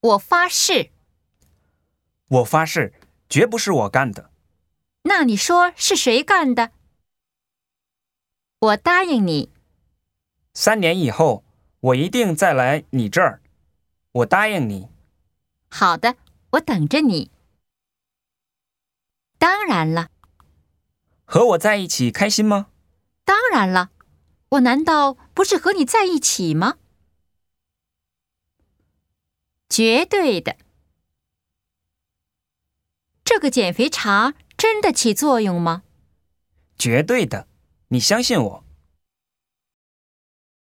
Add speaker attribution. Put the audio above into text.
Speaker 1: 我发誓。
Speaker 2: 我发誓，绝不是我干的。
Speaker 1: 那你说是谁干的？我答应你，
Speaker 2: 三年以后，我一定再来你这儿。我答应你。
Speaker 1: 好的，我等着你。当然了，
Speaker 2: 和我在一起开心吗？
Speaker 1: 当然了，我难道不是和你在一起吗？绝对的，这个减肥茶真的起作用吗？
Speaker 2: 绝对的，你相信我。